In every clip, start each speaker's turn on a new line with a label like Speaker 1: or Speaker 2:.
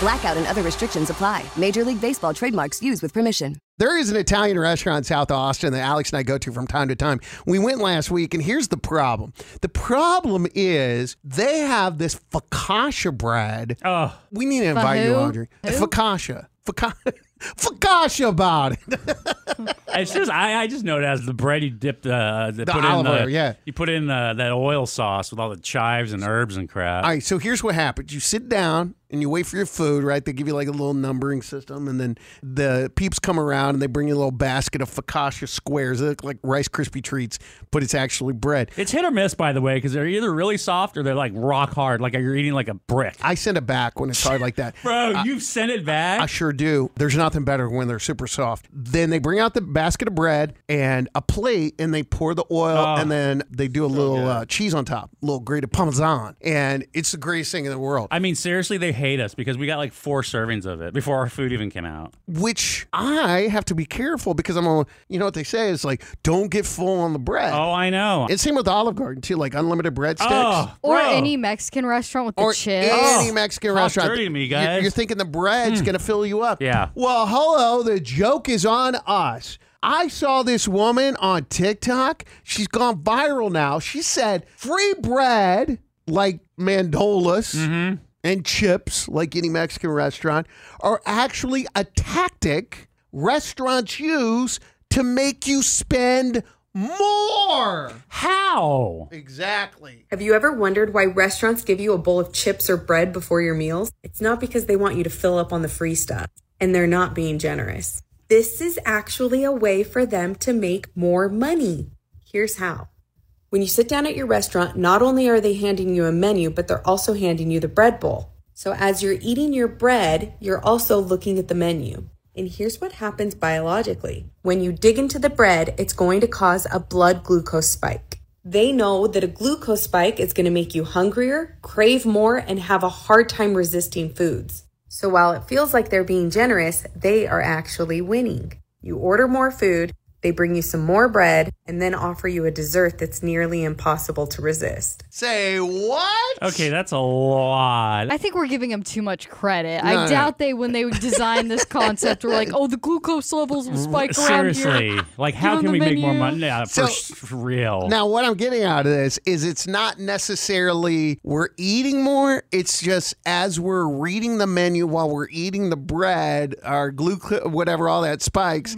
Speaker 1: Blackout and other restrictions apply. Major League Baseball trademarks used with permission.
Speaker 2: There is an Italian restaurant in South Austin that Alex and I go to from time to time. We went last week, and here's the problem. The problem is they have this focaccia bread.
Speaker 3: Oh.
Speaker 2: We need to invite
Speaker 4: who?
Speaker 2: you, Audrey.
Speaker 4: Who?
Speaker 2: Focaccia. Focaccia. Focaccia about it.
Speaker 3: It's just I, I just know it as the bread you dipped uh, the
Speaker 2: The
Speaker 3: put
Speaker 2: olive
Speaker 3: in the,
Speaker 2: oil, yeah.
Speaker 3: you put in uh, that oil sauce with all the chives and herbs and crap.
Speaker 2: All right, so here's what happens. You sit down and you wait for your food, right? They give you like a little numbering system, and then the peeps come around and they bring you a little basket of focaccia squares. They look like Rice Krispie treats, but it's actually bread.
Speaker 3: it's hit or miss, by the way, because they're either really soft or they're like rock hard, like you're eating like a brick.
Speaker 2: I send it back when it's hard like that.
Speaker 3: Bro, you've sent it back.
Speaker 2: I sure do. There's nothing better when they're super soft. Then they bring out the basket of bread and a plate, and they pour the oil,
Speaker 3: Ah.
Speaker 2: and then they do a
Speaker 3: Oh,
Speaker 2: little uh, cheese on top, a little grated parmesan, and it's the greatest thing in the world.
Speaker 3: I mean, seriously, they hate us because we got like four servings of it before our food even came out.
Speaker 2: Which I have to be careful because I'm, a, you know what they say is like, don't get full on the bread.
Speaker 3: Oh, I know.
Speaker 2: It's same with Olive Garden too, like unlimited breadsticks.
Speaker 3: oh,
Speaker 4: Or
Speaker 3: bro.
Speaker 4: any Mexican restaurant with the
Speaker 2: Or
Speaker 4: chips.
Speaker 2: any Mexican
Speaker 3: Oh, Talk
Speaker 2: restaurant.
Speaker 3: dirty to me,
Speaker 2: You're-
Speaker 3: guys. Hmm.
Speaker 2: You're thinking the bread's going to fill you up.
Speaker 3: Yeah.
Speaker 2: Well, hello, the joke is on us. I saw this woman on TikTok. She's gone viral now. She said free bread like mandolas
Speaker 3: Mm-hmm.
Speaker 2: and chips, like any Mexican restaurant, are actually a tactic restaurants use to make you spend more.
Speaker 3: How?
Speaker 2: Exactly.
Speaker 5: Have you ever wondered why restaurants give you a bowl of chips or bread before your meals? It's not because they want you to fill up on the free stuff and they're not being generous. This is actually a way for them to make more money. Here's how. When you sit down at your restaurant, not only are they handing you a menu, but they're also handing you the bread bowl. So as you're eating your bread, you're also looking at the menu. And here's what happens biologically when you dig into the bread, it's going to cause a blood glucose spike. They know that a glucose spike is going to make you hungrier, crave more, and have a hard time resisting foods. So while it feels like they're being generous, they are actually winning. You order more food, they bring you some more bread, and then offer you a dessert that's nearly impossible to resist.
Speaker 2: Say what?
Speaker 3: Okay, that's a lot.
Speaker 4: I think we're giving them too much credit.
Speaker 2: No,
Speaker 4: I
Speaker 2: no.
Speaker 4: doubt they, when they designed this concept, were like, "Oh, the glucose levels will spike around here."
Speaker 3: Seriously, like how
Speaker 4: Down
Speaker 3: can
Speaker 4: the
Speaker 3: we make more
Speaker 4: menu.
Speaker 3: money? Yeah,
Speaker 2: So-
Speaker 3: for s- for
Speaker 4: Oh.
Speaker 3: real.
Speaker 2: Now, what I'm getting out of this is it's not necessarily we're eating more. It's just as we're reading the menu while we're eating the bread, our glucose, whatever, all that spikes.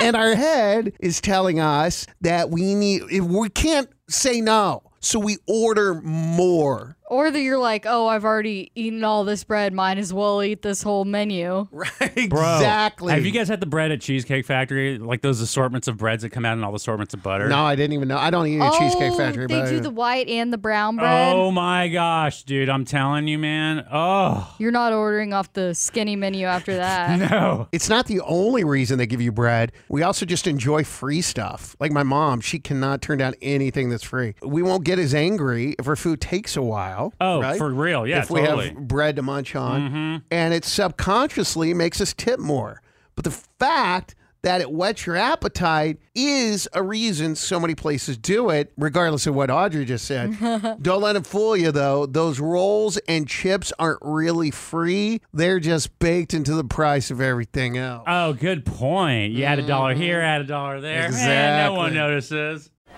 Speaker 2: and our head is telling us that we need, if we can't say no. So we order more.
Speaker 4: Or that you're like, "Oh, I've already eaten all this bread. Might as well eat this whole menu."
Speaker 2: Right.
Speaker 3: Bro,
Speaker 2: exactly.
Speaker 3: Have you guys had the bread at Cheesecake Factory? Like those assortments of breads that come out and all the assortments of butter?
Speaker 2: No, I didn't even know. I don't eat at Cheesecake
Speaker 4: oh,
Speaker 2: Factory,
Speaker 4: they
Speaker 2: but
Speaker 4: do the white and the brown bread.
Speaker 3: Oh my gosh, dude! I'm telling you, man. Oh
Speaker 4: You're not ordering off the skinny menu after that.
Speaker 3: no.
Speaker 2: It's not the only reason they give you bread. We also just enjoy free stuff. Like my mom, she cannot turn down anything that's free. We won't get as angry if her food takes a while.
Speaker 3: Oh,
Speaker 2: right?
Speaker 3: for real? Yeah,
Speaker 2: if
Speaker 3: totally.
Speaker 2: we have bread to munch on, and it subconsciously makes us tip more. But the fact that it whets your appetite is a reason so many places do it, regardless of what Audrey just said. Don't let it fool you, though. Those rolls and chips aren't really free, they're just baked into the price of everything else.
Speaker 3: Oh, good point. You add a dollar here, add a dollar there. Eh, no one
Speaker 2: Mm-hmm. Exactly.
Speaker 3: notices.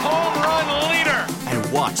Speaker 3: home run leader.
Speaker 6: And watch